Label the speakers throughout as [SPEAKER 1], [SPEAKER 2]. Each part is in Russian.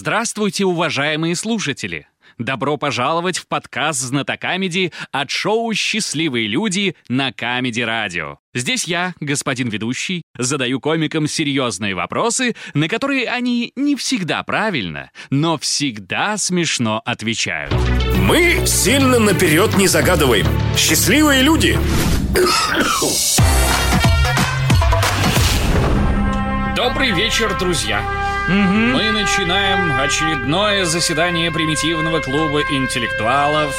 [SPEAKER 1] Здравствуйте, уважаемые слушатели! Добро пожаловать в подкаст «Знатокамеди» от шоу «Счастливые люди» на Камеди Радио. Здесь я, господин ведущий, задаю комикам серьезные вопросы, на которые они не всегда правильно, но всегда смешно отвечают.
[SPEAKER 2] Мы сильно наперед не загадываем. Счастливые люди!
[SPEAKER 3] Добрый вечер, друзья! Мы начинаем очередное заседание примитивного клуба интеллектуалов.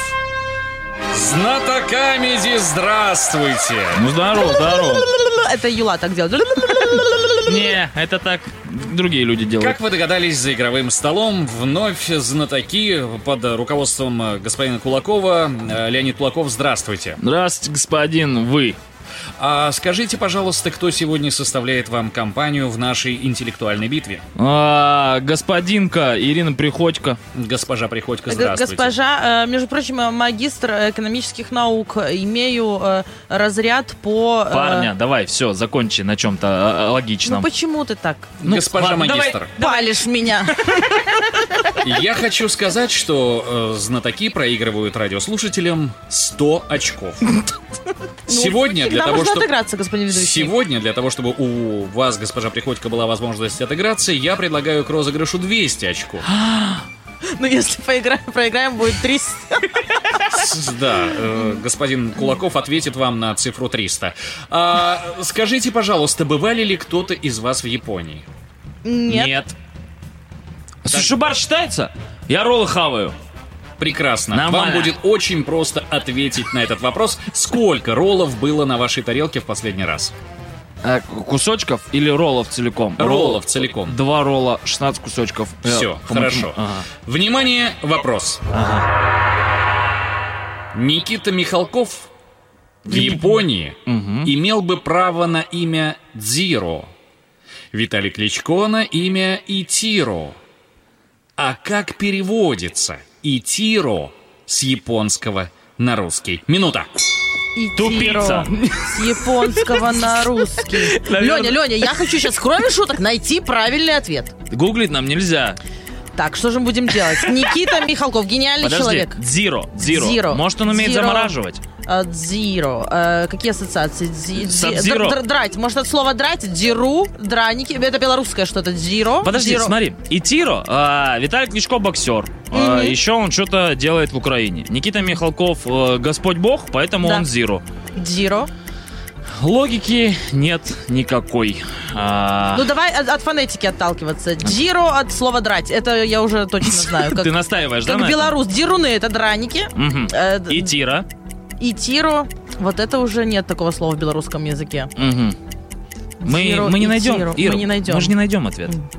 [SPEAKER 3] Знатокамеди, здравствуйте!
[SPEAKER 4] Ну здорово, здорово.
[SPEAKER 5] Ну, Это Юла так делает.
[SPEAKER 4] Не, это так другие люди делают.
[SPEAKER 3] Как вы догадались, за игровым столом вновь знатоки под руководством э, господина Кулакова. Э, Леонид Кулаков, здравствуйте.
[SPEAKER 4] Здравствуйте, господин, вы.
[SPEAKER 3] А скажите, пожалуйста, кто сегодня составляет вам компанию в нашей интеллектуальной битве?
[SPEAKER 4] А, господинка Ирина Приходько.
[SPEAKER 3] Госпожа Приходько,
[SPEAKER 5] Г-
[SPEAKER 3] здравствуйте.
[SPEAKER 5] Госпожа, э, между прочим, э, магистр экономических наук, имею э, разряд по... э,
[SPEAKER 4] Парня, давай, все, закончи на чем-то а, а,
[SPEAKER 5] Ну
[SPEAKER 4] логичном.
[SPEAKER 5] почему ты так
[SPEAKER 3] Госпожа
[SPEAKER 4] ладно, давай.
[SPEAKER 3] магистр.
[SPEAKER 5] палишь меня?
[SPEAKER 3] Я хочу сказать, что э, знатоки проигрывают радиослушателям 100 очков. Сегодня
[SPEAKER 5] Ну,
[SPEAKER 3] для
[SPEAKER 5] всегда
[SPEAKER 3] того,
[SPEAKER 5] можно
[SPEAKER 3] чтобы...
[SPEAKER 5] отыграться, господин ведущий.
[SPEAKER 3] Сегодня, для того, чтобы у вас, госпожа Приходько, была возможность отыграться, я предлагаю к розыгрышу 200 очков.
[SPEAKER 5] Ну если поиграем, проиграем, будет 30.
[SPEAKER 3] С- Да, э, господин Кулаков ответит вам на цифру 300. А, скажите, пожалуйста, бывали ли кто-то из вас в Японии?
[SPEAKER 5] Нет.
[SPEAKER 4] Сушибар считается? Я роллы хаваю.
[SPEAKER 3] Прекрасно.
[SPEAKER 4] Нормально.
[SPEAKER 3] Вам будет очень просто ответить на этот вопрос. Сколько роллов было на вашей тарелке в последний раз?
[SPEAKER 4] А, кусочков или роллов целиком?
[SPEAKER 3] Роллов целиком.
[SPEAKER 4] Два ролла, 16 кусочков. Э,
[SPEAKER 3] Всё,
[SPEAKER 4] по моему-
[SPEAKER 3] хорошо.
[SPEAKER 4] Ага.
[SPEAKER 3] Внимание, вопрос. Никита Михалков в Японии имел бы право на имя Дзиро. Виталий Кличко на имя Итиро. А как переводится Итиро с японского на русский? Минута.
[SPEAKER 5] И
[SPEAKER 4] Тупица.
[SPEAKER 5] Киро. С японского на русский. Леня,
[SPEAKER 4] Наверное.
[SPEAKER 5] Леня, я хочу сейчас, кроме шуток, найти правильный ответ.
[SPEAKER 4] Гуглить нам нельзя.
[SPEAKER 5] Так, что же мы будем делать? Никита Михалков, гениальный
[SPEAKER 4] Подожди.
[SPEAKER 5] человек.
[SPEAKER 4] Дзиро, дзиро.
[SPEAKER 5] Дзиро.
[SPEAKER 4] Может, он умеет
[SPEAKER 5] Дзиро.
[SPEAKER 4] замораживать?
[SPEAKER 5] А, Дзиро. Э, Какие ассоциации? Дзи- дзи-
[SPEAKER 4] Сабзиро.
[SPEAKER 5] др- др- Драть. Может, от слова драть? Дзиру, драники. Это белорусское что-то. Дзиро.
[SPEAKER 4] Подожди,
[SPEAKER 5] Дзиро.
[SPEAKER 4] смотри. И Тиро, а, Виталий Кличко боксер. А, еще он что-то делает в Украине. Никита Михалков э, Господь Бог, поэтому
[SPEAKER 5] Да.
[SPEAKER 4] он Зиро.
[SPEAKER 5] Дзиро.
[SPEAKER 4] Логики нет никакой. А,
[SPEAKER 5] Ну, давай от, от фонетики отталкиваться. Дзиро от слова драть. Это я уже точно знаю. Как,
[SPEAKER 4] ты настаиваешь, да?
[SPEAKER 5] как
[SPEAKER 4] на этом?
[SPEAKER 5] белорус. Дзируны — это драники.
[SPEAKER 4] Мгм.
[SPEAKER 5] Э, д-
[SPEAKER 4] И Тиро.
[SPEAKER 5] И тиро. Вот это уже нет такого слова в белорусском языке.
[SPEAKER 4] Мгм. Мы,
[SPEAKER 5] Дзиро
[SPEAKER 4] мы не
[SPEAKER 5] и
[SPEAKER 4] найдем.
[SPEAKER 5] Дзиро.
[SPEAKER 4] Ир,
[SPEAKER 5] Мы не найдем.
[SPEAKER 4] Мы же не найдем ответ.
[SPEAKER 5] М.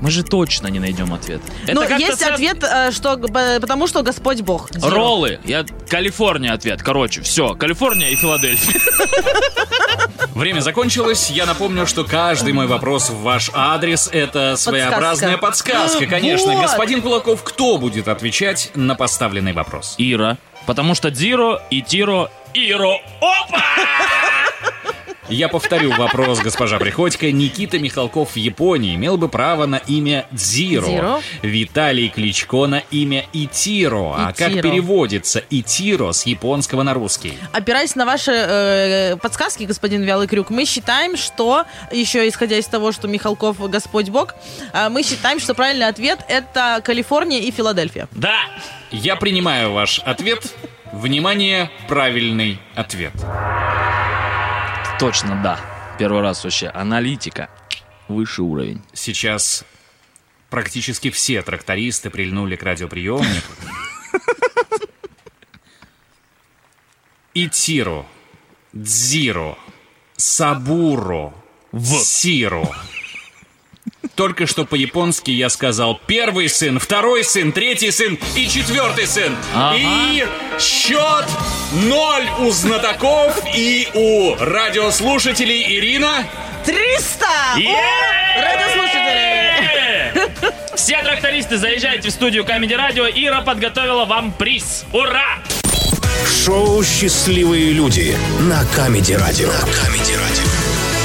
[SPEAKER 4] Мы же точно не найдем ответ. Это
[SPEAKER 5] Ну,
[SPEAKER 4] как-то
[SPEAKER 5] есть
[SPEAKER 4] связ-
[SPEAKER 5] ответ, э, что г- б- потому что Господь Бог. Дзиро.
[SPEAKER 4] Роллы. Я... Калифорния ответ. Короче, все. Калифорния и Филадельфия.
[SPEAKER 3] Время закончилось. Я напомню, что каждый мой вопрос в ваш адрес это своеобразная подсказка. Конечно,
[SPEAKER 5] Вот.
[SPEAKER 3] господин Кулаков, кто будет отвечать на поставленный вопрос?
[SPEAKER 4] Ира. Потому что Дзиро и Тиро Иро. Опа!
[SPEAKER 3] Я повторю вопрос, госпожа Приходько. Никита Михалков в Японии имел бы право на имя Дзиро.
[SPEAKER 5] Дзиро.
[SPEAKER 3] Виталий Кличко на имя Итиро. А как
[SPEAKER 5] Итиро.
[SPEAKER 3] переводится Итиро с японского на русский?
[SPEAKER 5] Опираясь на ваши э, подсказки, господин Вялый Крюк, мы считаем, что, еще исходя из того, что Михалков Господь Бог, э, мы считаем, что правильный ответ это Калифорния и Филадельфия.
[SPEAKER 4] Да!
[SPEAKER 3] Я принимаю ваш ответ. Внимание, правильный ответ.
[SPEAKER 4] Точно, да. Первый раз вообще. Аналитика. Высший уровень.
[SPEAKER 3] Сейчас практически все трактористы прильнули к радиоприемнику. Итиро, Дзиро, Сабуро, Сиро. Только что по-японски я сказал первый сын, второй сын, третий сын и четвертый сын.
[SPEAKER 4] Ага.
[SPEAKER 3] И счет ноль у знатоков и у радиослушателей Ирина.
[SPEAKER 5] 300! О, радиослушатели!
[SPEAKER 4] Все трактористы, заезжайте в студию Камеди Радио. Ира подготовила вам приз. Ура!
[SPEAKER 2] Шоу «Счастливые люди» на Камеди Радио. На Камеди Радио.